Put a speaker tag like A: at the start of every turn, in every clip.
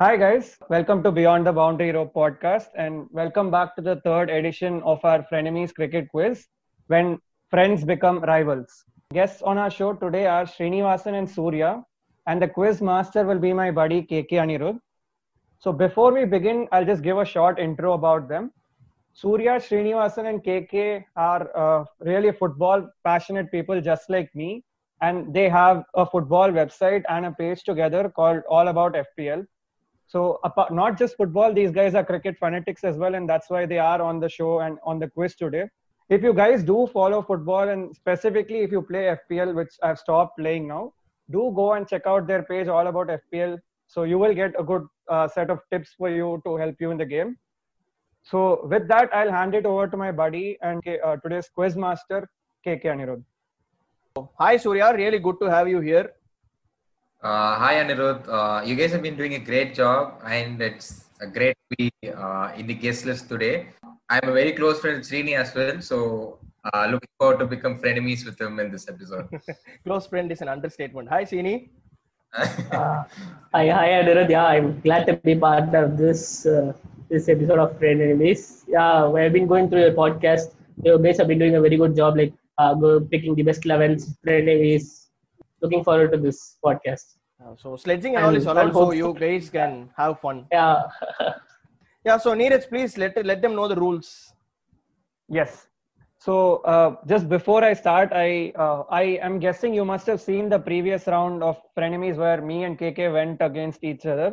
A: Hi, guys. Welcome to Beyond the Boundary Rope podcast, and welcome back to the third edition of our Frenemies Cricket Quiz when friends become rivals. Guests on our show today are Srinivasan and Surya, and the quiz master will be my buddy KK Anirudh. So, before we begin, I'll just give a short intro about them. Surya, Srinivasan, and KK are uh, really football passionate people just like me, and they have a football website and a page together called All About FPL. So, apart, not just football, these guys are cricket fanatics as well, and that's why they are on the show and on the quiz today. If you guys do follow football, and specifically if you play FPL, which I've stopped playing now, do go and check out their page All About FPL. So, you will get a good uh, set of tips for you to help you in the game. So, with that, I'll hand it over to my buddy and uh, today's quiz master, KK Anirudh.
B: Hi, Surya. Really good to have you here.
C: Uh, hi Anirudh, uh, you guys have been doing a great job, and it's a great to be uh, in the guest list today. I'm a very close friend with Srini as well, so uh, looking forward to become frenemies with him in this episode.
B: Close friend is an understatement. Hi, Sini.
D: Uh, hi, hi, Anirudh. Yeah, I'm glad to be part of this uh, this episode of Friend Enemies. Yeah, we have been going through your podcast. You guys have been doing a very good job, like uh, go picking the best 11s, Friend Enemies. Looking forward to this podcast.
B: Uh, so sledging and all is
D: And-
B: allowed,
D: and
B: so
D: hope-
B: you guys can have fun.
D: Yeah,
B: Yeah. So Neeraj, please let let them know the rules.
A: Yes. So uh, just before I start, I uh, I am guessing you must have seen the previous round of frenemies where me and KK went against each other.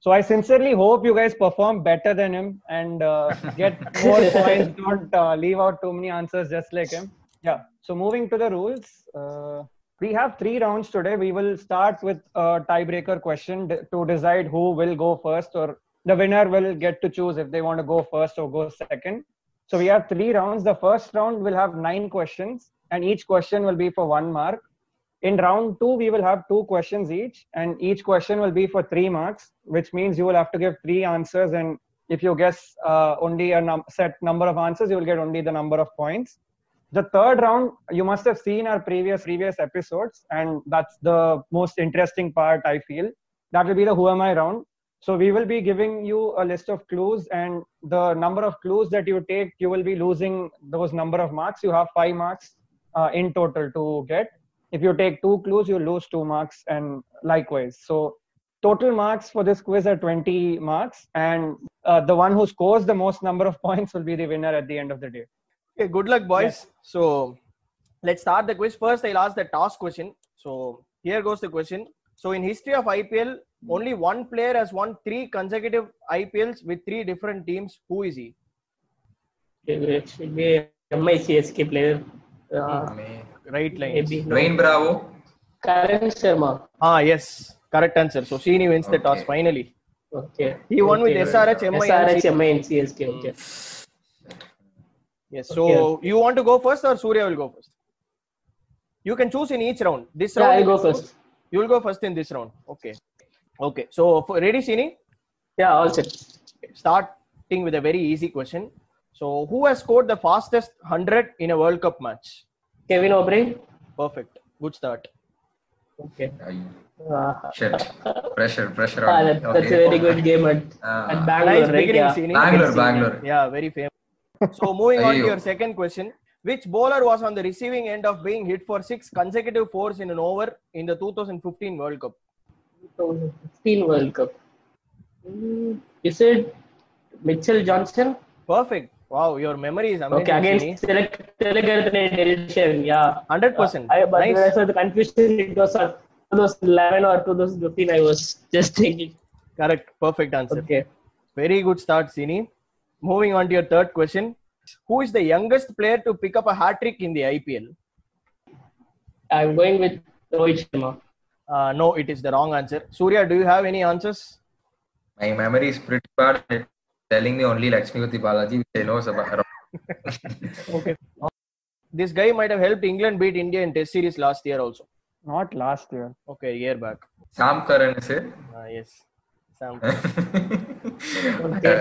A: So I sincerely hope you guys perform better than him and uh, get more points. Don't uh, leave out too many answers, just like him. Yeah. So moving to the rules, uh, we have three rounds today. We will start with a tiebreaker question d- to decide who will go first, or the winner will get to choose if they want to go first or go second. So we have three rounds. The first round will have nine questions, and each question will be for one mark. In round two, we will have two questions each, and each question will be for three marks, which means you will have to give three answers. And if you guess uh, only a num- set number of answers, you will get only the number of points. The third round, you must have seen our previous previous episodes, and that's the most interesting part. I feel that will be the who am I round. So we will be giving you a list of clues, and the number of clues that you take, you will be losing those number of marks. You have five marks uh, in total to get. If you take two clues, you lose two marks, and likewise. So total marks for this quiz are 20 marks, and uh, the one who scores the most number of points will be the winner at the end of the day.
B: Okay. Good luck, boys. So let's start the quiz. First, I'll ask the task question. So here goes the question. So in history of IPL, only one player has won three consecutive IPLs with three different teams. Who is he?
D: it should be MICSK player. Uh,
B: Right line.
D: maybe.
C: Dwayne Bravo.
D: Karan Sharma.
B: Ah yes, correct answer. So Sini wins the toss
C: Okay.
B: finally.
D: Okay.
B: He won with
D: Okay.
B: SRH, MI,
D: SRH, MI, and CSK. Okay.
B: Yes. So you want to go first or Surya will go first? You can choose in each round. This
D: Yeah,
B: round
D: I'll
B: you
D: go
B: can choose.
D: first.
B: You'll go first in this round. Okay. Okay. So for, ready, Sini?
D: Yeah, all set.
B: Starting with a very easy question. So who has scored the fastest hundred in a World Cup match?
D: Kevin O'Brien.
B: Perfect. Good start.
D: Okay.
C: Are you-
D: Uh,
C: Shit. Pressure, pressure
D: ah,
C: on.
D: that, that's a very good game at,
C: Ah.
D: at Bangalore,
B: nice
D: right?
B: beginning,
D: Yeah.
B: Sini.
C: Bangalore, Bangalore.
B: Yeah, very famous. So moving on to
C: Ayyo.
B: your second question. Which bowler was on the receiving end of being hit for six consecutive fours in an over in the 2015 World Cup?
D: 2015 World Cup. Mm, Is it Mitchell Johnson?
B: Perfect. Wow, your memory is amazing.
D: Okay, against
B: Srini.
D: Telegarthana television, yeah.
B: 100%.
D: Uh, I, but
B: nice.
D: nice. the confusion, it was uh, 2011 or 2015, I was just thinking.
B: Correct. Perfect answer.
D: Okay.
B: Very good start, Sini. Moving on to your third question. Who is the youngest player to pick up a hat trick in the IPL?
D: I'm going with Rohit Sharma.
B: Uh, no, it is the wrong answer. Surya, do you have any answers?
C: My memory is pretty bad. It's telling me only Lakshmipati Balaji, which I know is about.
B: This guy might have helped England beat India in Test series last year also.
A: Not last year.
B: Okay, a year back.
C: Sam Karan is it?
B: Ah, yes.
C: Uh,
B: Sam.
C: okay.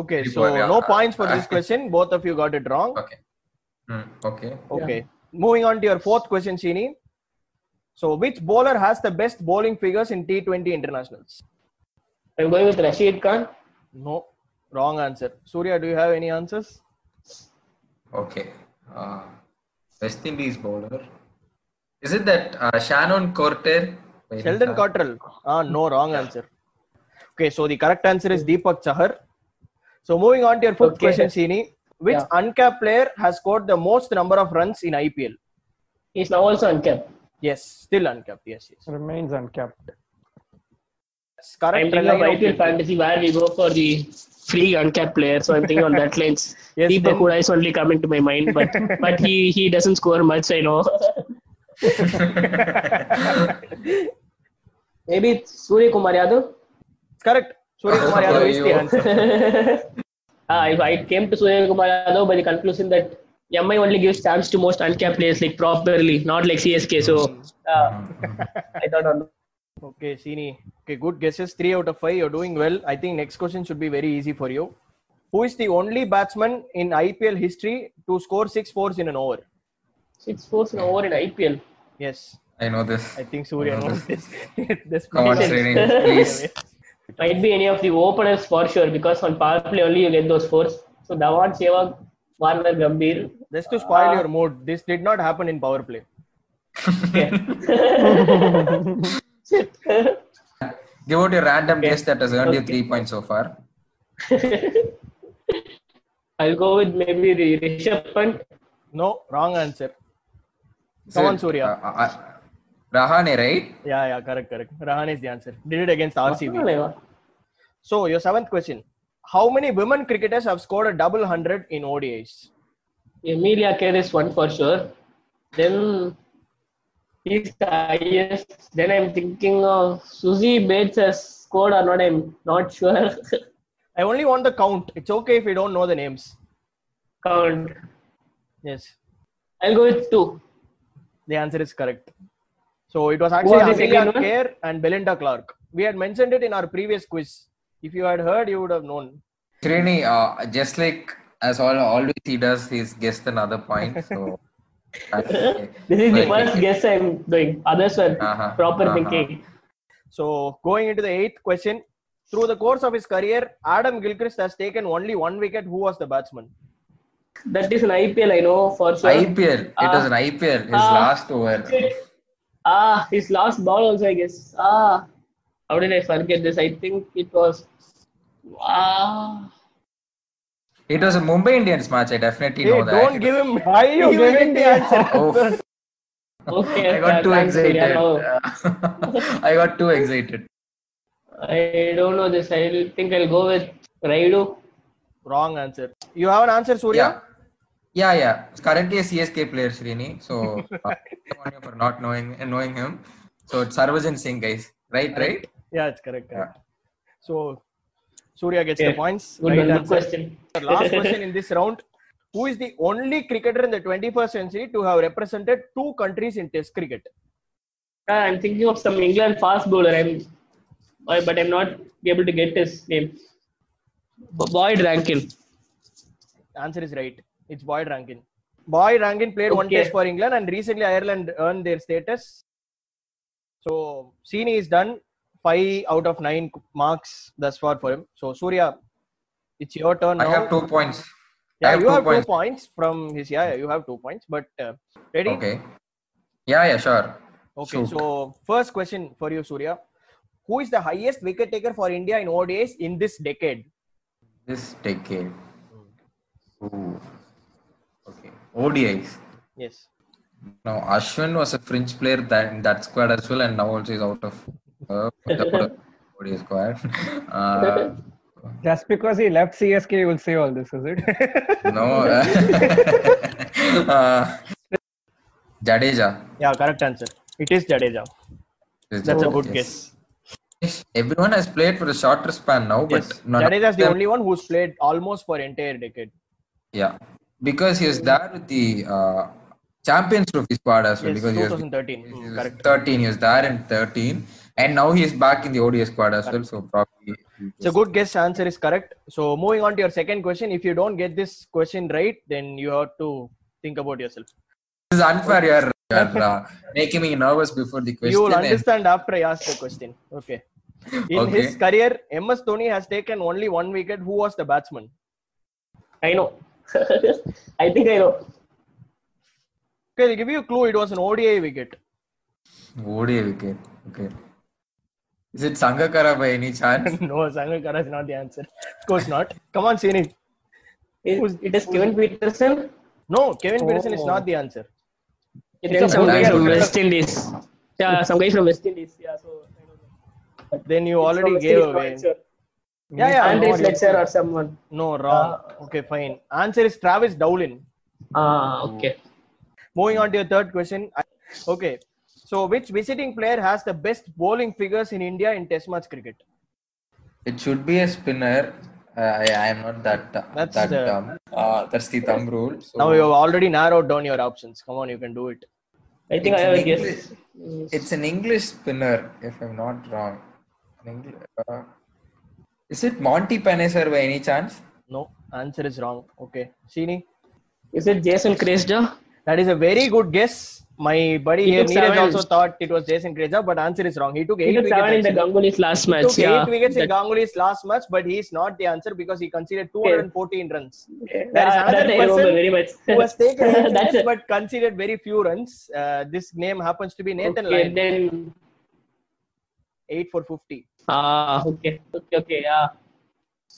B: Okay,
C: Good
B: so
C: boy, yeah.
B: no points for this question. Both of you got it wrong.
C: Okay. Hmm, okay.
B: Okay. Moving on to your fourth question, Sini. So, which bowler has the best bowling figures in T20 internationals?
D: I'm going with Rashid Khan.
B: No, wrong answer. Surya, do you have any answers?
C: Okay. Uh, West Indies bowler. Is it that uh, Shannon Corter? Wait,
B: Sheldon
C: uh,
B: Cottrell. Ah, no, wrong answer. Okay, so the correct answer is Deepak Chahar. So moving on to your fifth
D: Okay.
B: question, Sini. Which
D: Yeah.
B: uncapped player has scored the most number of runs in IPL?
D: He's now also uncapped.
B: Yes, still uncapped. Yes, yes.
A: Remains uncapped.
B: Yes, Correct.
D: I'm thinking of
B: line of
D: IPL
B: thinking.
D: fantasy where we go for the free uncapped player. So I'm thinking on that lines.
B: Yes,
D: Deepak
B: then-
D: Hooda is only coming to my mind, but but he he doesn't score much. I know. Maybe it's Surya Kumar Yadav.
B: It's correct. Surya Kumar
C: Oh,
B: Yadav is the
C: you-
B: answer.
D: Ah, if I came to Surya Kumar Yadav by the conclusion that MI only gives chance to most uncapped players like properly, not like CSK. So uh,
B: Mm-hmm.
D: I thought on
B: Okay, Sini. Okay, good guesses. Three out of five. You're doing well. I think next question should be very easy for you. Who is the only batsman in IPL history to score six fours in an over?
D: six fours in over in IPL.
B: Yes,
C: I know this.
B: I think Surya knows this. this
C: Uh-huh. Come on,
B: makes
C: Srini,
B: sense.
C: please.
D: Might be any of the openers for sure because on power play only you get those fours. So Dhawan, Sehwag, Warner, Gambhir.
B: Just to spoil
D: Ah.
B: your mood, this did not happen in power play.
C: Give out your random guess that has earned you three points so far.
D: I'll go with maybe the Rishabh Pant.
B: No, wrong answer.
C: Is
B: Come on,
C: it,
B: Surya.
C: Uh, uh, uh, Rahane, right?
B: Yeah, yeah, correct, correct. Rahane is the answer. Did it against RCB. So your seventh question: How many women cricketers have scored a double hundred in ODIs?
D: Emilia Kerr is one for sure. Then he's the highest. Then I'm thinking of Susie Bates has scored or not. I'm not sure.
B: I only want the count. It's okay if you don't know the names.
D: Count.
B: Yes,
D: I'll go with two.
B: the answer is correct. So it was actually
D: was the
B: Amelia
D: second one?
B: Kerr and Belinda Clark. We had mentioned it in our previous quiz. If you had heard, you would have known.
C: Srini, uh, just like as all always he does, he's guessed another point. So
D: This is the
C: Well,
D: first guess I'm doing. Others were
C: Uh-huh,
D: proper
C: uh-huh.
D: thinking.
B: So going into the eighth question, through the course of his career, Adam Gilchrist has taken only one wicket. Who was the batsman?
D: That is an IPL, I know for sure.
C: IPL. It was
D: Ah.
C: an IPL. His
D: Ah.
C: last over.
D: Ah, his last ball also, I guess. Ah, how did I forget this? I think it was. Ah,
C: It was a Mumbai Indians match. I definitely
B: Hey,
C: know that.
B: don't give him.
A: Why you
B: He will
A: giving
B: get
A: the
B: the answer?
C: Oh,
D: okay.
C: I got
D: uh,
C: too
D: thanks,
C: excited. Uh,
D: Surya. No,
C: I got too excited.
D: I don't know this. I think I'll go with Raidu.
B: Wrong answer. You have an answer,
C: Yeah.
B: Surya?
C: Yeah, yeah. It's currently a CSK player, Srini. So, uh, on you for not knowing and knowing him. So, it's Sarvajan Singh, guys. Right, right?
B: Yeah, it's correct. correct. So Surya gets the
D: Yeah.
B: points.
D: Good,
B: Right
D: one, good
B: answer.
D: question.
B: The last question in this round. Who is the only cricketer in the 21st century to have represented two countries in Test cricket?
D: Ah, I'm thinking of some England fast bowler. I'm, I- but I'm not able to get his name. B- Boyd Rankin.
B: Answer is right. It's Boyd Rankin. Boyd Rankin played one
D: Okay.
B: test for England and recently Ireland earned their status. So Sini is done. Five out of nine marks thus far for him. So Surya, it's your turn
C: I
B: now.
C: have two points. I
B: Yeah,
C: have
B: you
C: two
B: have
C: points.
B: two points from his. Yeah, yeah, you have two points. But uh, ready?
C: Okay. Yeah, yeah, sure.
B: Okay,
C: Shoot.
B: so first question for you, Surya. Who is the highest wicket taker for India in ODIs in this decade?
C: This decade. Ooh. Okay. ODIs.
B: Yes.
C: Now, Ashwin was a fringe player that in that squad as well, and now also is out of uh, the ODI squad. Uh,
A: Just because he left CSK, you will say all this, is it?
C: no. uh, Jadeja.
B: Yeah, correct answer. It is Jadeja.
C: is
B: That's a
C: Jadeja,
B: good
C: yes.
B: guess.
C: Everyone has played for a shorter span now, but
B: Yes.
C: none of
B: Jadeja is the
C: them-
B: only one who's played almost for entire decade.
C: Yeah, because he was there with the uh, Champions Trophy squad as well.
B: Yes,
C: because he was,
B: 2013.
C: he
B: Mm,
C: was
B: correct.
C: 13, he was there in 13, and now he is back in the ODI squad as well. So probably.
B: It's a good guess. Answer is correct. So moving on to your second question. If you don't get this question right, then you have to think about yourself.
C: This is unfair. You are, you are uh, making me nervous before the question.
B: You will
C: and-
B: understand after I ask the question. Okay. In
C: Okay.
B: his career, MS Dhoni has taken only one wicket. Who was the batsman?
D: I know. I think I know.
B: Okay, I'll give you a clue. It was an ODI wicket.
C: ODI wicket. Okay. Is it Sangakkara by any chance?
B: no, Sangakkara is not the answer. Of course not. Come on, Srini.
D: It, it is Kevin Peterson.
B: No, Kevin Peterson is
A: Oh.
B: not the answer.
D: Then some
A: good
D: guy from
C: answer.
D: West Indies. Yeah, some guy from West Indies. Yeah, so. I don't know.
B: Then you
D: It's from
B: already
D: West
B: gave
D: Indies,
B: away.
D: not sure.
B: Yeah, yeah. I know
D: Andrew
B: you-
D: Fletcher or someone.
B: No, wrong. okay, fine. Answer is Travis Dowlin.
D: Ah, okay.
B: Mm. Moving on to your third question. I- Okay. So, which visiting player has the best bowling figures in India in Test match cricket?
C: It should be a spinner. Uh, I, I am not that.
B: That's
C: that
B: the-
C: dumb. Uh, that's the thumb rule. So
B: Now you have already narrowed down your options. Come on, you can do it.
D: I think I
C: It's
D: have a
C: an
D: guess. Mm.
C: English- It's an English spinner, if I'm not wrong. An Engli- uh, is it Monty Panesar by any chance?
B: No, answer is wrong. Okay, Sini,
D: Is it Jason Krejci?
B: that is a very good guess. My buddy
D: He
B: here,
D: took
B: Neeraj,
D: seven.
B: also thought it was Jason Kreja, but answer is wrong. He took
D: He
B: eight
D: took
B: wickets.
D: seven in the
B: actually.
D: Ganguly's last
B: He
D: match.
B: took
D: yeah.
B: eight wickets in
D: That-
B: Ganguly's last match, but he is not the answer because he conceded 214 runs.
D: yeah,
B: There is
D: that
B: another
D: I remember
B: person
D: very much.
B: Who has taken eight
D: That's
B: wickets
D: it.
B: but conceded very few runs. Uh, this name happens to be Nathan
D: okay,
B: Lyon,
D: then.
B: eight for 50.
D: Ah, okay. Okay, okay, yeah.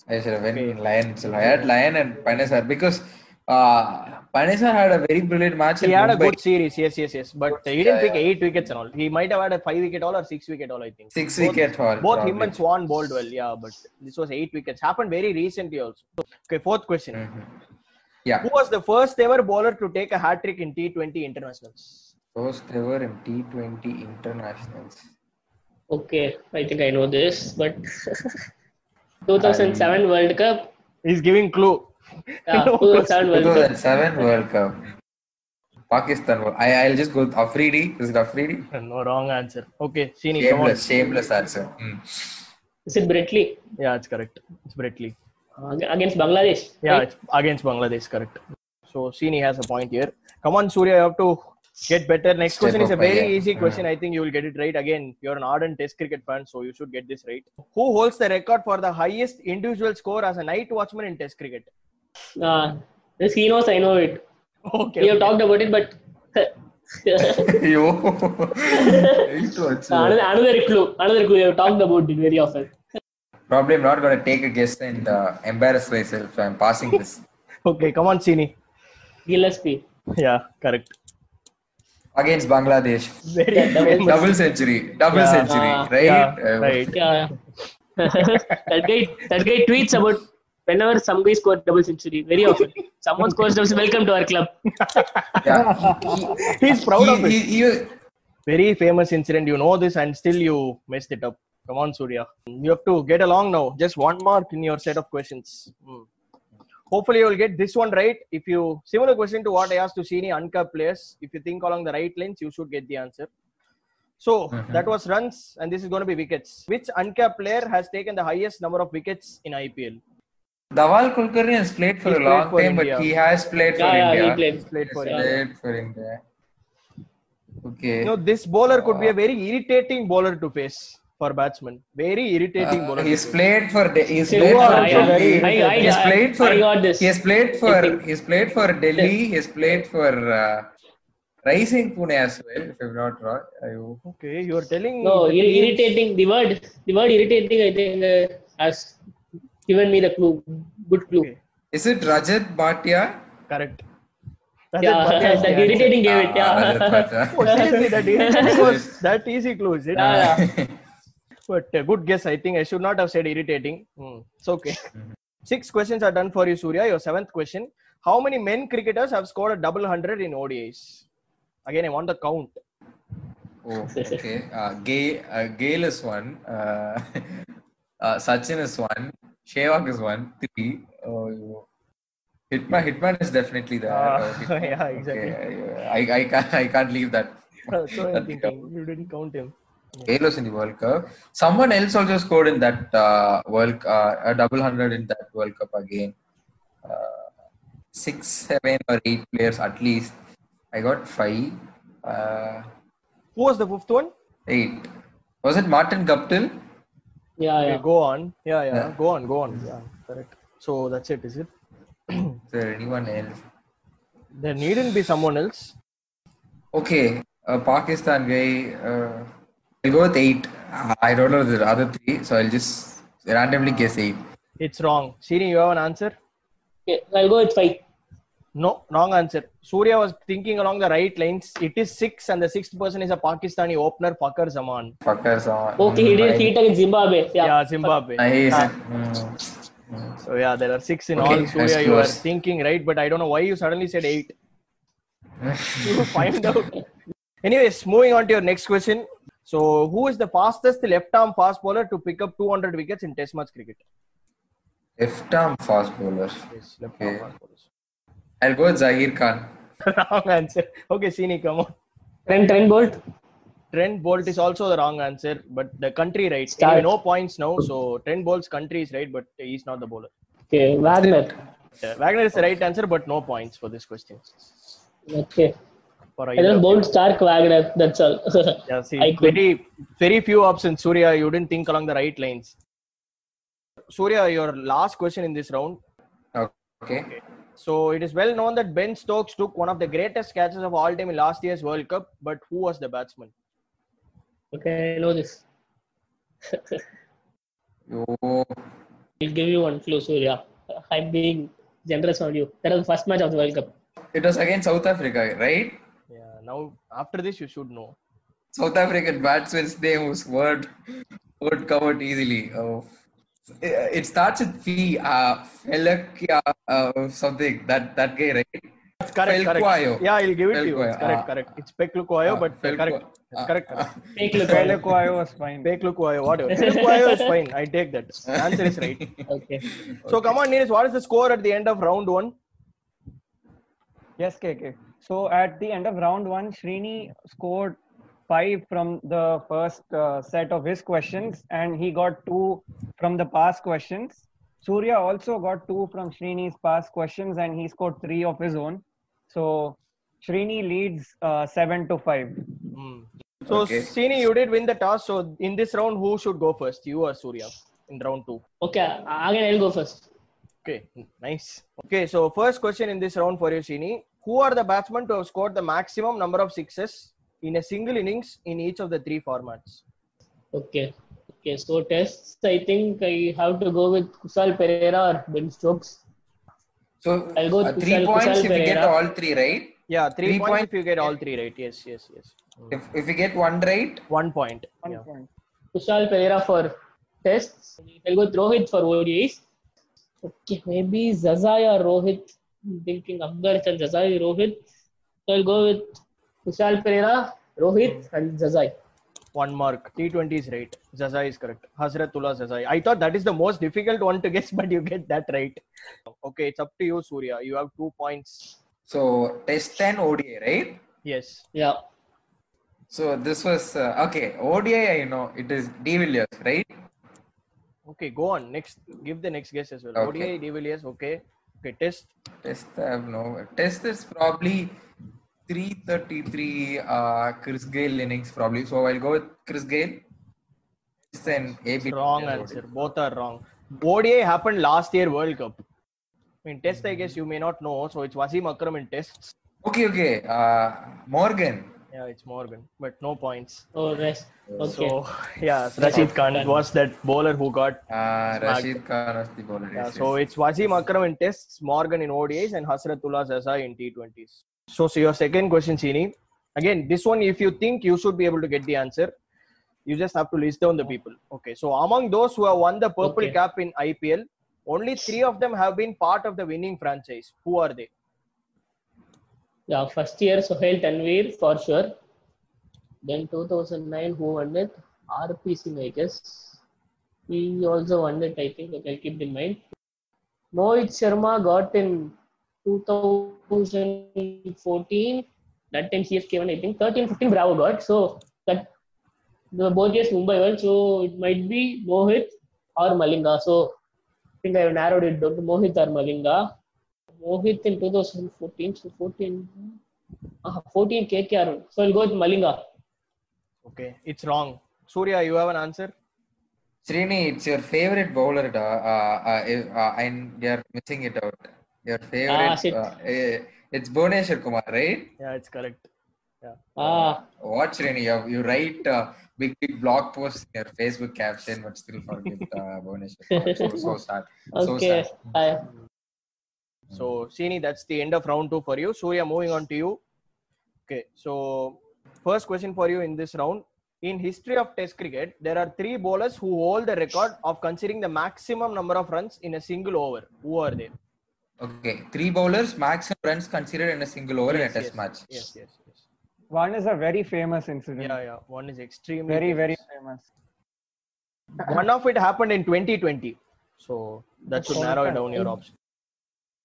C: I should have went
B: Okay.
C: with Lion. So I had Lion and Panesar because uh, Panesar had a very brilliant match
B: He
C: in
B: had a
C: Mumbai.
B: good series, yes, yes, yes. But he didn't pick eight wickets and all. He might have had a five wicket all or six wicket all, I think.
C: six
B: Both-
C: wicket haul.
B: Both him
C: probably.
B: and Swan bowled well, yeah, but this was eight wickets. Happened very recently also. Okay, fourth question.
C: Mhm. Yeah,
B: Who was the first ever bowler to take a hat trick in T20 internationals?
C: first ever in T20 internationals.
D: Okay, I think I know this, but 2007 World Cup.
B: He's giving clue.
D: Yeah,
B: No,
D: 2007 World Cup.
C: 2007 World Cup. Pakistan. World- I I'll just go with Afridi. Is it Afridi?
B: No wrong answer. Okay, Sini, come on.
C: Shameless, shameless answer. Mm.
D: Is it Britley
B: Yeah, it's correct. It's Britley.
D: Ag- against Bangladesh?
B: Yeah,
D: right?
B: it's against Bangladesh, correct. So Sini has a point here. Come on, Surya, you have to get better. Next
C: Step
B: question is a
C: up my
B: very
C: game.
B: easy question. I think you will get it right. Again, you're an ardent Test cricket fan, so you should get this right. Who holds the record for the highest individual score as a night watchman in Test cricket?
D: Ah, this he knows. I know it.
B: Okay.
D: We have
B: okay.
D: talked about it, but
C: Yo. Eight words.
D: another, another clue. Another clue. We have talked about it very often.
C: Probably I'm not gonna take a guess and uh, embarrass myself. So I'm passing this.
B: Okay, come on, Sini.
D: Gillespie.
B: Yeah, correct.
C: Against Bangladesh.
B: Very
D: Yeah, double-
C: Double century. Double
B: Yeah.
C: century.
D: Ah.
C: right?
B: yeah,
C: Uh,
B: right.
D: Yeah. that guy. That guy tweets about whenever some guy scores double century. Very often. Someone scores double. century, Welcome to our club.
C: Yeah.
B: He's proud of
C: He-
B: it.
C: he- he-
B: Very famous incident. You know this, and still you messed it up. Come on, Surya. You have to get along now. Just one mark in your set of questions. Hmm. Hopefully, you will get this one right. If you similar question to what I asked to Sini uncapped players, if you think along the right lines, you should get the answer. So
C: Mm-hmm.
B: that was runs, and this is going to be wickets. Which uncapped player has taken the highest number of wickets in IPL?
C: Dawal Kulkarni has played for
B: He's
C: a
B: played
C: long
B: for
C: time,
B: India.
C: but he has played for
D: Yeah, yeah,
C: India.
D: he played.
B: Played
C: He
B: for
C: has
B: India.
C: played for India. Okay.
B: You know, this bowler could be a very irritating bowler to face for batsmen. Very irritating
C: Uh,
B: bowler. to
C: he's
B: face.
C: played for De- he's
D: Okay,
C: played
D: who
C: for
D: are- I-
C: Delhi.
D: I- I-
C: He's
D: I-
C: played for
D: I got this.
C: he's played for
D: I think-
C: he's played for Delhi. He's played for uh, Rising Pune as well. If I'm not wrong, I-
B: Okay, you are telling.
D: No,
B: the
D: ir-
B: teams-
D: irritating. The word, the word irritating. I think uh, has given me the clue. Good clue.
B: Okay,
C: is it Rajat Bhatia?
B: correct. That's
D: Yeah,
B: it, Bhatia is the
D: that
B: answer.
D: irritating gave it.
C: Ah, Rajat
D: Yeah.
B: Oh,
C: Bhatia.
B: seriously, that irritating was that easy clue, is it?
D: Yeah, yeah.
B: But uh, good guess. I think I should not have said irritating. Hmm, It's okay. Six questions are done for you, Surya. Your seventh question: How many men cricketers have scored a double hundred in ODIs? Again, I want the count.
C: Oh, okay. Uh, Gay, uh, Gale is one. Uh, uh, Sachin is one. Shevak is one. Three. Oh, you- Hitman, Hitman is definitely there.
B: Ah,
C: Uh, Hitman.
B: yeah, exactly. Uh,
C: Okay, I, I, I can't, I can't leave that.
B: so I'm
C: that
B: thinking you didn't count him.
C: Gale was in the World Cup. Someone else also scored in that uh, World uh, a double hundred in that World Cup again. Uh, six, seven, or eight players at least. I got five. Uh,
B: Who was the fifth one?
C: eight. Was it Martin Guptill?
D: Yeah,
B: Okay,
D: yeah.
B: go on. Yeah, yeah,
C: Yeah.
B: Go on. Go on. Yeah. Correct. So that's it, is it?
C: Is there anyone else?
B: There needn't be someone else.
C: Okay, uh, Pakistan guy. Uh, I'll go with eight. I don't know the other three, so I'll just randomly guess eight.
B: It's wrong. Siri, you have an answer?
D: Okay, I'll go with five.
B: No, wrong answer. Surya was thinking along the right lines. It is six, and the sixth person is a Pakistani opener, Fakar Zaman.
C: Fuckers. uh,
D: Okay, he did
C: right.
D: heat against Zimbabwe. Yeah.
B: Yeah, Zimbabwe.
C: Nice.
B: Yeah.
C: Mm.
D: Ah.
B: So yeah, there are six in
C: Okay,
B: all.
C: that's
B: Surya, you are
C: close.
B: thinking right, but I don't know why you suddenly said eight. we will find out. Anyways, moving on to your next question. So, who is the fastest left-arm fast bowler to pick up 200 wickets in Test match cricket?
C: Left arm fast bowler.
B: Yes, left-arm
C: Okay.
B: fast bowlers.
C: I'll go with Zahir Khan.
B: wrong answer. Okay, Sini, come on.
D: Trent, Trent Bolt.
B: Trent Bolt is also the wrong answer, but the country right.
D: Start.
B: Anyway, no points now. So Trent Bolt's country is right, but he's not the bowler.
D: Okay, Wagner.
B: Uh, Wagner is the right answer, but no points for this question.
D: Okay.
B: For
D: I
B: either
D: just
B: of
D: bowled
B: you.
D: Stark Wagner. That's all.
B: Yeah, see,
D: I could.
B: very, very few options, Surya. You didn't think along the right lines. Surya, your last question in this round.
C: Okay.
B: So it is well known that Ben Stokes took one of the greatest catches of all time in last year's World Cup, but who was the batsman?
D: Okay, I know this.
C: You
D: I'll give you one clue, Surya. I'm being generous on you. That was the first match of the World Cup.
C: It was against South Africa, right?
B: Yeah, now after this you should know.
C: South African batsman's name was word word covered easily. Oh. It it starts with F, uh, Felekia, uh, something. That that guy, right?
B: It's correct,
C: Felguayo.
B: correct. Yeah, I'll give it to you.
C: Felguayo,
B: It's correct,
C: ah.
B: correct. It's Peklukuayo,
C: Uh,
B: but
C: Felgu-
B: correct. It's
C: uh,
B: correct,
C: uh,
B: correct.
D: Take a look.
A: Pele Kuayo was fine.
B: Peklukuayo, whatever. Peklukuayo is fine. I take that. The answer is right.
D: Okay.
B: So come on, Neeraj, what is the score at the end of round one?
A: Yes, KK. So at the end of round one, Srini scored five from the first uh, set of his questions, and he got two from the past questions. Surya also got two from Srini's past questions, and he scored three of his own. So Srini leads uh, seven to five.
B: So
C: Okay.
B: Sini, you did win the toss. So in this round, who should go first? You or Surya in round two?
D: Okay, again, I'll go first.
B: Okay, nice. Okay, so first question in this round for you, Sini. Who are the batsmen to have scored the maximum number of sixes in a single innings in each of the three formats?
D: Okay. Okay, so tests, I think I have to go with Kusal Pereira or Ben Stokes.
C: So
D: I'll go
C: uh,
D: with
C: three
D: Kushal-
C: points
D: Kushal
C: if we get
D: Pereira.
C: all three right.
B: Yeah, three,
C: Three
B: points
C: point-
B: if you get all three right. Yes, yes, yes.
C: If if we get one right,
B: One point.
A: One
B: yeah.
A: point.
D: Kushal Pereira for tests. I'll go with Rohit for ODIs. Okay, maybe Zaza or Rohit. I'm thinking Afghanistan, Zazai, Rohit. So I'll go with Kushal Pereira, Rohit, and Zazai.
B: One mark. T20 is right. Zazai is correct. Hazratullah Zazai. I thought that is the most difficult one to guess, but you get that right. Okay, it's up to you, Surya. You have two points.
C: so Test and ODI, right?
B: Yes.
D: Yeah.
C: So this was uh, okay. ODI, I know it is De Villiers, right?
B: Okay, go on. Next, give the next guess as well.
C: Okay.
B: ODI, De Villiers, okay. Okay, test.
C: Test, I have no. Test is probably 333 uh, Chris Gale innings, probably. So I'll go with Chris Gale. It's an AB.
B: Wrong answer. Both are wrong. ODI happened last year World Cup. I mean, test, I guess you may not know. So it's Wasim Akram in tests.
C: Okay, okay. Uh, Morgan.
B: Yeah, it's Morgan, but no points.
D: Oh, rest. Okay.
B: So, yeah, Rashid Khan was that bowler who got.
C: Uh,
B: Smacked.
C: Rashid Khan was the bowler.
B: Yeah,
C: yes,
B: so
C: yes.
B: it's Wasim Akram in tests, Morgan in ODIs, and Hasratullah Zazai in T20s. So, so your second question, Sini. Again, this one, if you think you should be able to get the answer, you just have to list down the people. Okay. So among those who have won the purple
D: Okay.
B: cap in IPL, only three of them have been part of the winning franchise. Who are they?
D: Yeah, first year Sohail Tanvir for sure. Then 2009, who won it? RP Singh, I guess. He also won it, I think. Okay, I'll keep it in mind. Mohit Sharma got in 2014. That time CSK won, I think. 13, 15, Bravo got. So that they were both years Mumbai won. So it might be Mohit or Malinga. So I think I have narrowed it down to Mohit or Malinga. Mohit in 2014, so 14, uh, 14 KKR. So I'll go with Malinga.
B: Okay, it's wrong. Surya, you have an answer.
C: Srini, it's your favorite bowler, da. Uh, uh, uh, and you're missing it out. Your favorite.
D: Ah, shit.
C: uh, eh, it's Bhuvneshwar Kumar, right?
B: Yeah, it's correct.
D: Ah,
C: Watch Oh, Srini. You, you write uh, big, big blog posts in your Facebook caption, but still forget uh, Bhuvneshwar Kumar. So, so sad. So
D: okay.
C: sad.
D: I,
C: Hmm.
B: So, Sini, that's the end of round two for you. Surya, moving on to you. Okay, so first question for you in this round. In history of Test cricket, there are three bowlers who hold the record of considering the maximum number of runs in a single over. Who are they?
C: Okay, three bowlers, maximum runs considered in a single over in a
B: Yes,
C: test
B: yes,
C: match.
B: Yes, yes, yes.
A: One is a very famous incident.
B: Yeah, yeah. One is extremely
A: Very, very
B: famous.
A: famous.
B: One of it happened in 2020. So that should narrow down your option.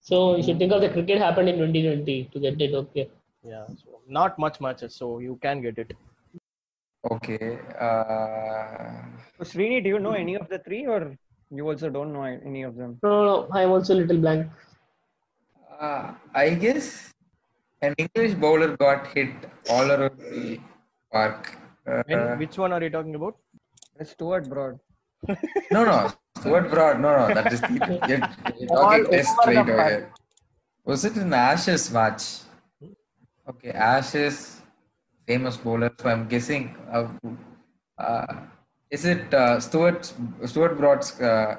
D: so you should think of the cricket happened in 2020 to get it. Okay.
B: Yeah. So not much matches, so you can get it.
C: Okay. Uh,
A: So, Srini, do you know any of the three, or you also don't know any of them?
D: No, no, no. I'm also a little blank.
C: Uh, I guess an English bowler got hit all around the park. Uh,
B: When, which one are you talking about?
A: It's Stuart Broad.
C: no, no, Stuart Broad. No, no, that is the you're, you're
B: All
C: talking test
B: over the
C: straight
B: park.
C: away. Was it an Ashes match? Okay, Ashes, famous bowler. So I'm guessing. Uh, uh, is it uh, Stuart Stuart Broad's uh,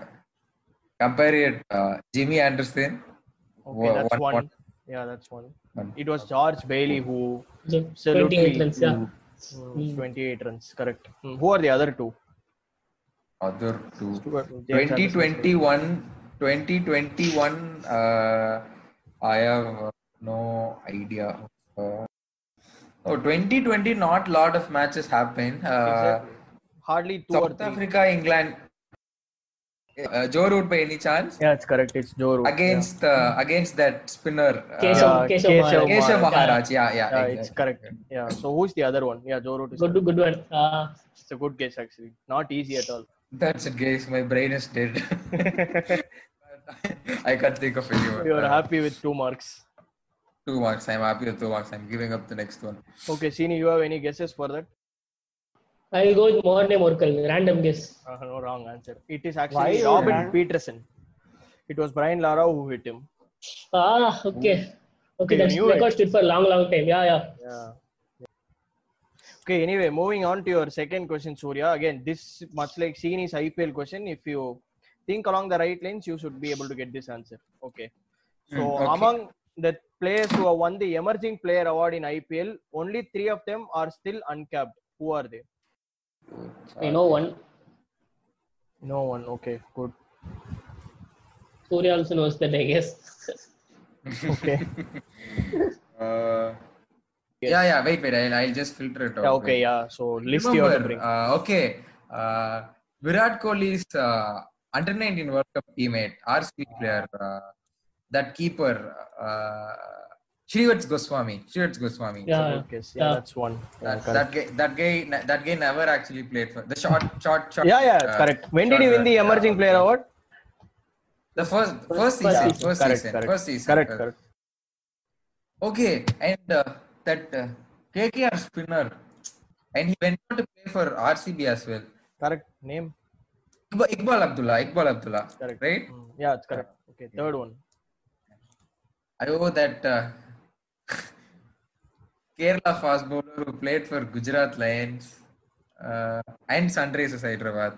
C: compare it uh, Jimmy Anderson?
B: Okay, that's
C: One-
B: one.
C: one-
B: Yeah, that's one.
C: One.
B: It was George Bailey who
D: So,
B: Absolutely.
D: 28 runs, yeah.
B: mm, 28 runs, correct. Mm, Who are the other two?
C: Other two.
B: James Anderson.
C: 2021 2021 uh, i have uh, no idea uh, oh 2020 not lot of matches happened uh,
B: Exactly. Hardly two or
C: south
B: three.
C: africa england uh, joe root by any chance
B: Yeah, it's correct. It's Joe Root.
C: against uh, against that spinner uh,
D: Keshav-
B: yeah.
D: Keshav Maharaj.
C: Keshav
B: Maharaj.
C: maharaj yeah yeah,
B: Yeah, it's
C: exactly.
B: correct. Yeah. So who's the other one? Yeah, Joe Root is
D: Good,
B: correct.
D: good one. Uh,
B: It's a good guess actually. Not easy at all.
C: that's it guys my brain is dead i can't think of anyone
B: You are
C: Uh,
B: happy with two marks.
C: two marks i'm happy with two marks i'm giving up the next one
B: Okay, Sini, you have any guesses for that?
D: I will go with Mohan Morkal. Random guess.
B: Uh, no wrong answer. It is
A: Why
B: actually
A: you
B: Robin
A: ran-
B: Peterson. It was Brian Lara who hit him.
D: Ah, okay. Okay,
B: you
D: that's
B: knew it.
D: record stood for a long, long time. Yeah, yeah.
B: Yeah. Okay, anyway, moving on to your second question, Surya. Again, this much like Sini's IPL question, if you think along the right lines, you should be able to get this answer. Okay. So
C: Hmm, okay.
B: among the players who have won the emerging player award in IPL, only three of them are still uncapped. Who are they?
D: I know one.
B: No one. Okay, good.
D: Surya also knows that, I guess.
B: Okay.
C: Uh,
B: Yes.
C: Yeah, yeah. Wait, wait. I'll, I'll just filter it out.
B: Yeah, okay,
C: Wait.
B: yeah. So list you have to
C: Remember,
B: bring.
C: uh, okay. Uh, Virat Kohli's uh, under 19 World Cup teammate, RCB player, uh, that keeper, uh, Shrivats Goswami. Shrivats Goswami.
D: Yeah.
B: Good guess. Yeah,
D: Yeah.
B: that's one. Yeah,
C: uh, That,
B: correct.
C: that guy, that guy, ne- that guy never actually played for the short, short, short.
B: yeah, yeah,
C: uh,
B: correct. When did
C: short
B: he win
C: run.
B: the
C: Yeah,
B: emerging player
C: okay.
B: award?
C: The first, first
D: First
C: season,
D: season.
C: first
B: Correct,
C: season,
B: correct.
C: first season. uh,
B: Correct,
C: first-
B: correct.
C: Okay, and uh, that uh, KKR spinner, and he went on to play for RCB as well.
B: Correct. Name.
C: Iqbal, Iqbal Abdullah, Iqbal Abdullah,
B: Correct.
C: right?
B: Mm, Yeah, it's correct. Okay, third one.
C: I owe that uh, Kerala fast bowler who played for Gujarat Lions uh, and Sunrisers Hyderabad.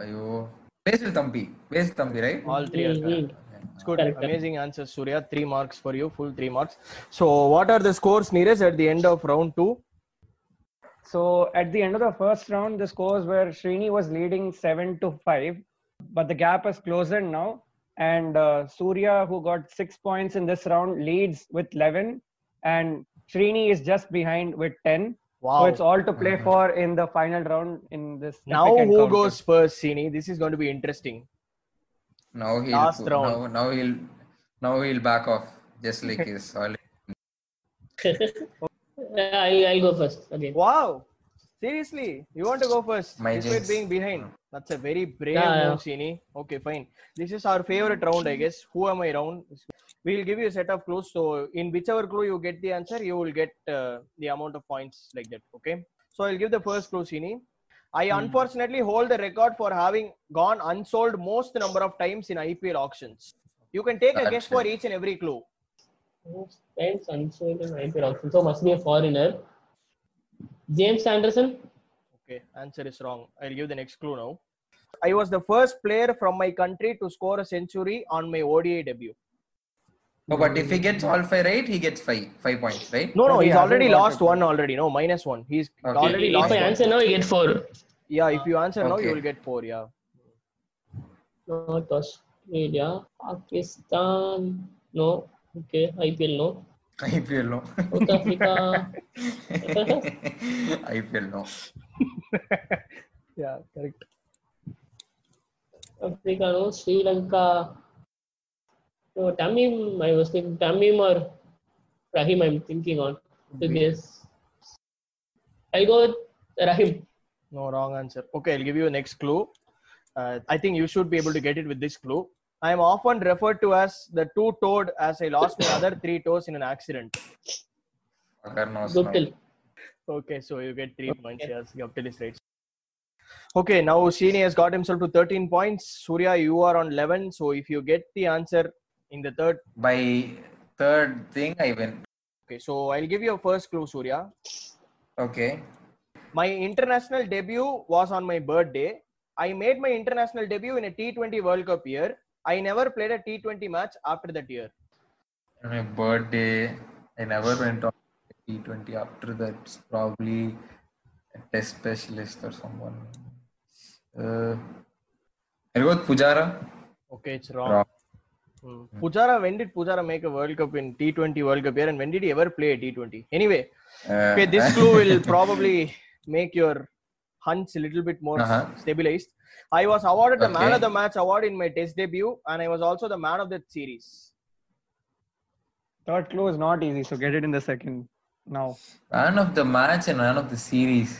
C: Ayo, Basil Thampi, Basil Thampi, right?
B: All three are correct.
D: Mm,
B: It's good.
D: Correct, correct.
B: Amazing answer, Surya. Three marks for you, full three marks. So, what are the scores, Neeraj, at the end of round two?
A: So at the end of the first round, the scores were Srini was leading seven to five, but the gap is closer now. And uh, Surya, who got six points in this round, leads with eleven, and Srini is just behind with ten. So
B: Wow.
A: it's all to play for in the final round in this.
B: now,
A: epic
B: who
A: encounter.
B: goes first, Sini? This is going to be interesting.
C: Now he'll
B: Last
C: put-
B: round.
C: Now, now he'll now he'll back off just like his all
D: yeah, I'll, I'll go first. Okay.
B: Wow. Seriously, you want to go first?
C: My
B: Despite
C: guess.
B: being behind. That's a very brave
D: Yeah, yeah.
B: move, Sini. Okay, fine. This is our favorite round, I guess. Who am I round? We'll give you a set of clues. So, in whichever clue you get the answer, you will get uh, the amount of points like that. Okay. So, I'll give the first clue, Sini. I unfortunately hold the record for having gone unsold most number of times in IPL auctions. You can take a guess for each and every clue.
D: Most times unsold in IPL auction. So must be a foreigner. James Anderson.
B: Okay, answer is wrong. I'll give the next clue now. I was the first player from my country to score a century on my ODI debut.
C: No, but if he gets all five right, he gets five five points, right?
B: No, no,
A: But he
B: he's already
A: hasn't got
B: lost
A: it.
B: one already. No, minus one. He's
C: Okay.
B: already
D: if
B: lost.
D: I
B: one.
D: answer now, you get four.
B: Yeah, if you answer now, you
C: Okay.
B: will get four. Yeah.
D: Not Australia. Pakistan. No. Okay. IPL. No.
C: IPL no.
D: South Africa.
C: IPL no.
B: Yeah, correct.
D: Africa, no, Sri Lanka. No, Tamim, I was thinking Tamim or Rahim, I'm thinking on. So
B: Mm-hmm.
C: Okay.
D: guess. I'll go with Rahim.
B: No, wrong answer. Okay, I'll give you a next clue. Uh, I think you should be able to get it with this clue. I am often referred to as the two toed as I lost my other three toes in an accident.
C: Akarnos, no.
D: Guptil.
B: Okay, so you get three points. Yes, Guptil is right. Okay, now Srini has got himself to 13 points. Surya, you are on 11. So if you get the answer in the third,
C: By third thing, I win.
B: okay, so I'll give you a first clue, Surya.
C: Okay.
B: My international debut was on my birthday. I made my international debut in a T20 World Cup year. I never played a T20 match after that year.
C: My birthday, I never went on T20 after that. It's probably a test specialist or someone. Uh, I'll go with Pujara.
B: Okay, it's wrong.
C: Wrong.
B: Hmm. Pujara, when did Pujara make a World Cup in T20 World Cup year and when did he ever play a T20? Anyway,
C: Uh,
B: okay, this clue will probably make your hunch a little bit more
C: Uh-huh.
B: stabilized. I was awarded the Man
C: Okay.
B: of the Match award in my test debut and I was also the Man of the Series.
A: Third clue is not easy, so get it in the second now.
C: Man of the match and man of the series.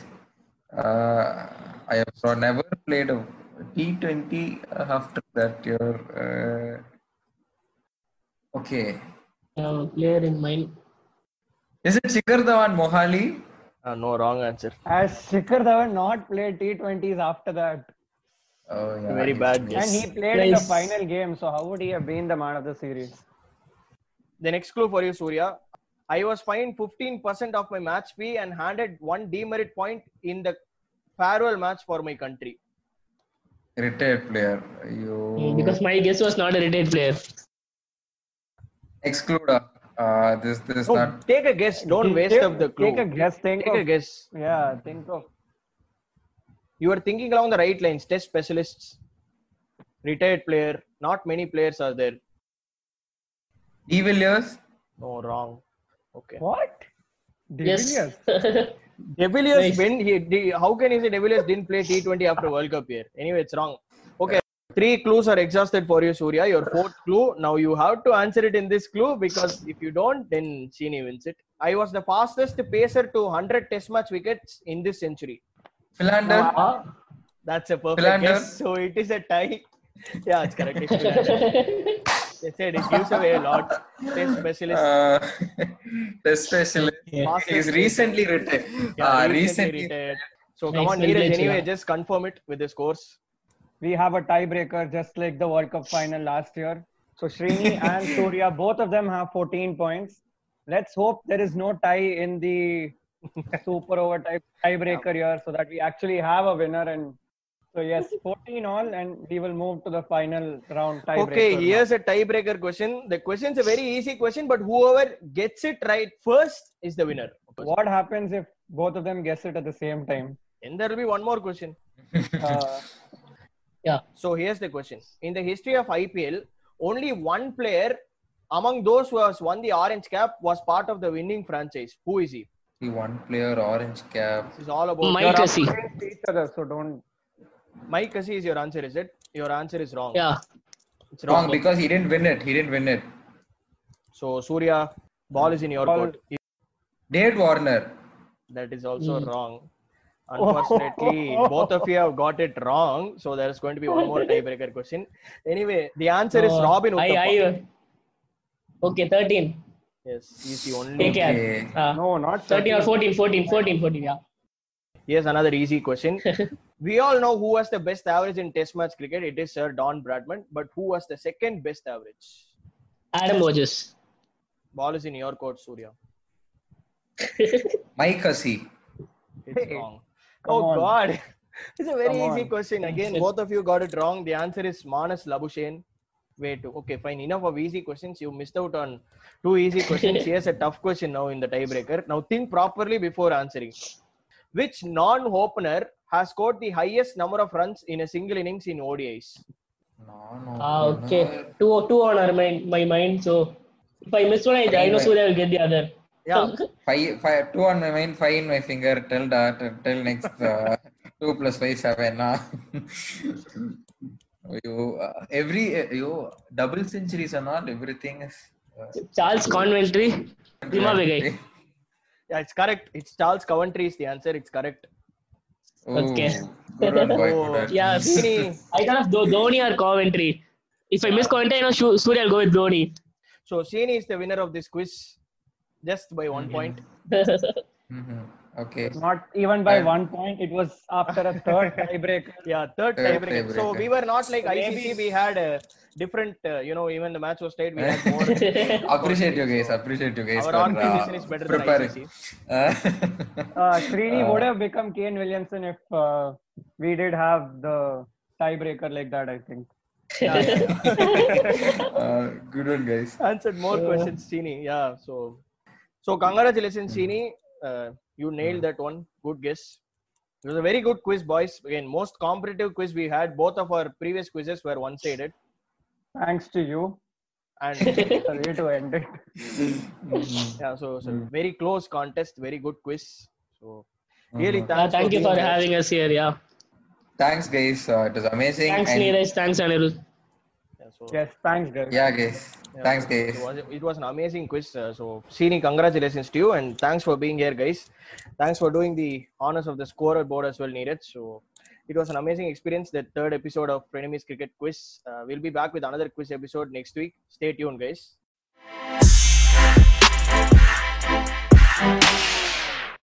C: Uh, I have so- never played a T20 after that year. Uh, okay.
D: I have a uh, player in mind.
C: Is it Shikhar Dhawan Mohali?
B: Uh, no, wrong answer.
A: As Shikhar Dhawan not played T20s after that,
C: Oh, yeah.
B: Very
C: yes,
B: bad
C: yes.
A: and he played in the
D: Nice.
A: final game, so how would he have been the man of the series?
B: The next clue for you, Surya. I was fined 15% of my match fee and handed one demerit point in the farewell match for my country.
C: Retired player.
D: Mm,
C: You
D: Because my guess was not a retired player.
C: exclude. uh, Uh, this this is
B: No,
C: not.
B: take a guess. Don't
A: Take-
B: waste up the clue.
A: Take a guess. Think
B: Take a
A: of-
B: guess.
A: Yeah, think of.
B: You are thinking along the right lines. Test specialists, retired player. Not many players are there.
C: De Villiers.
B: No, wrong. Okay.
A: What? De Villiers?
D: Yes.
B: De Villiers
D: Nice.
B: win. He, de- how can you say De Villiers didn't play T20 after World Cup here? Anyway, it's wrong. Okay. Three clues are exhausted for you, Surya. Your fourth clue. Now you have to answer it in this clue because if you don't, then Chini wins it. I was the fastest pacer to 100 Test match wickets in this century. Oh,
C: Philander.
D: Ah.
B: That's a perfect
C: Philander.
B: guess. So it is a tie. Yeah, it's correct. It's Philander. they said it gives away a lot. Test specialist.
C: Uh, the specialist. He's
B: fastest
C: recently retired.
B: Yeah,
C: uh,
B: recently
C: recently
B: retired. So come
D: Next
B: on,
D: will
B: Neeraj,
D: get you.
B: anyway, just confirm it with the scores.
A: We have a tiebreaker just like the World Cup final last year. So Srini and Surya, both of them have 14 points. Let's hope there is no tie in the super over tie, tiebreaker here so that we actually have a winner. And so, yes, 14 all, and we will move to the final round tiebreaker.
B: Okay,
A: now.
B: here's a tiebreaker question. The question's a very easy question, but whoever gets it right first is the winner.
A: What happens if both of them guess it at the same time?
B: Then there will be one more question.
A: Uh,
B: So here's the question. In the history of IPL, only one player among those who has won the orange cap was part of the winning franchise. Who is he?
C: one player orange cap.
B: This is all about
D: Mike Hussey.
A: against each other, so don't.
B: Mike Kasi is your answer, is it? Your answer is wrong.
D: Yeah.
B: It's
C: Wrong
B: wrong.
C: because he didn't win it. He didn't win it.
B: So Surya, ball is in your
A: Ball.
B: court.
C: Dade Warner.
B: That is also
D: Mm.
B: wrong. Unfortunately, both of you have got it wrong. So there's going to be one more tiebreaker question. Anyway, the answer is
D: Uh,
B: Robin
D: I,
B: Uthappa.
D: I, okay, 13.
B: Yes, he's the only.
C: Eh,
D: Take care.
C: Okay.
D: Uh,
A: No, not
D: 13 or 14, 14, 14, 14, yeah.
B: Here's another easy question. we all know who has the best average in Test match cricket. It is Sir Don Bradman. But who has the second best average?
D: Adam Burgess.
B: Ball is in your court, Surya.
C: Mike Hussey.
B: It's wrong.
A: Come
B: oh
A: on.
B: God. It's a very
A: Come
B: easy
A: on.
B: question. Again, both of you got it wrong. The answer is Manas Labuschagne. Wait, okay, fine. Enough of easy questions. You missed out on two easy questions. Here's a tough question now in the tiebreaker. Now think properly before answering. Which non-opener has scored the highest number of runs in a single innings in ODIs?
C: No, no.
D: Ah,
C: no,
D: okay. Two, two on our mind, my mind. So if I miss one, I, I know Surya will get the other.
B: Yeah.
C: Five, five, two on my mind, five in my finger. Till that, till next uh, two plus five seven. Uh. you uh, every uh, you double centuries and all everything is. Uh,
D: Charles Conventry. Dima Vigai.
B: yeah, it's correct. It's Charles Coventry is the answer. It's correct.
C: Oh,
D: Okay.
C: Good one, boy.
B: Oh,
C: Good one.
D: Yeah.
B: Srini.
D: I thought of Do- Dhoni or Coventry. If I miss Coventry, I know Shu- Surya will go with Dhoni.
B: So Srini is the winner of this quiz, just by
A: Mm-hmm.
B: one point.
C: Mhm. Okay.
A: Not even by
C: Yeah.
A: one point. It was after a third tiebreaker.
B: Yeah, third
C: Third
B: tiebreaker. So
C: tiebreaker.
B: we were not like
A: Maybe-
B: ICC. We had a different, uh, you know, even the match was tied. We had more.
C: Appreciate you guys. Appreciate you guys
B: Our
C: for
B: organization
C: uh,
B: is better than
C: preparing.
B: ICC.
C: Uh,
A: Uh, Srini
C: Uh,
A: would have become Kane Williamson if uh, we did have the tiebreaker like that. I think.
B: Yeah, yeah, yeah.
C: uh, good one, guys.
B: Answered more questions, Sini. Yeah. So, so
C: Hmm.
B: congratulations, Sini. Uh, you nailed that one. Good guess. It was a very good quiz, boys. Again, most competitive quiz we had. Both of our previous quizzes were one-sided,
A: Thanks to you.
B: and
A: It's a way to end it.
B: yeah, so,
C: Hmm.
B: so very close contest. Very good quiz. So, really,
C: Mhm.
D: Yeah,
B: thanks
D: Ah, thank you for
B: being here.
D: having us here. Yeah.
C: Thanks, guys. Uh, it was amazing.
D: Thanks,
C: and-
D: Neeraj. Thanks, Anirudh.
B: Yeah, so-
A: Yes. Thanks, guys.
C: Yeah, guys.
B: Yeah,
C: Thanks,
B: so
C: guys.
B: It was, it was an amazing quiz. Uh, so, Sini, congratulations to you and thanks for being here, guys. Thanks for doing the honors of the scorer board as well, Neeraj. So, it was an amazing experience, the third episode of Frenemies Cricket Quiz. Uh, we'll be back with another quiz episode next week. Stay tuned, guys.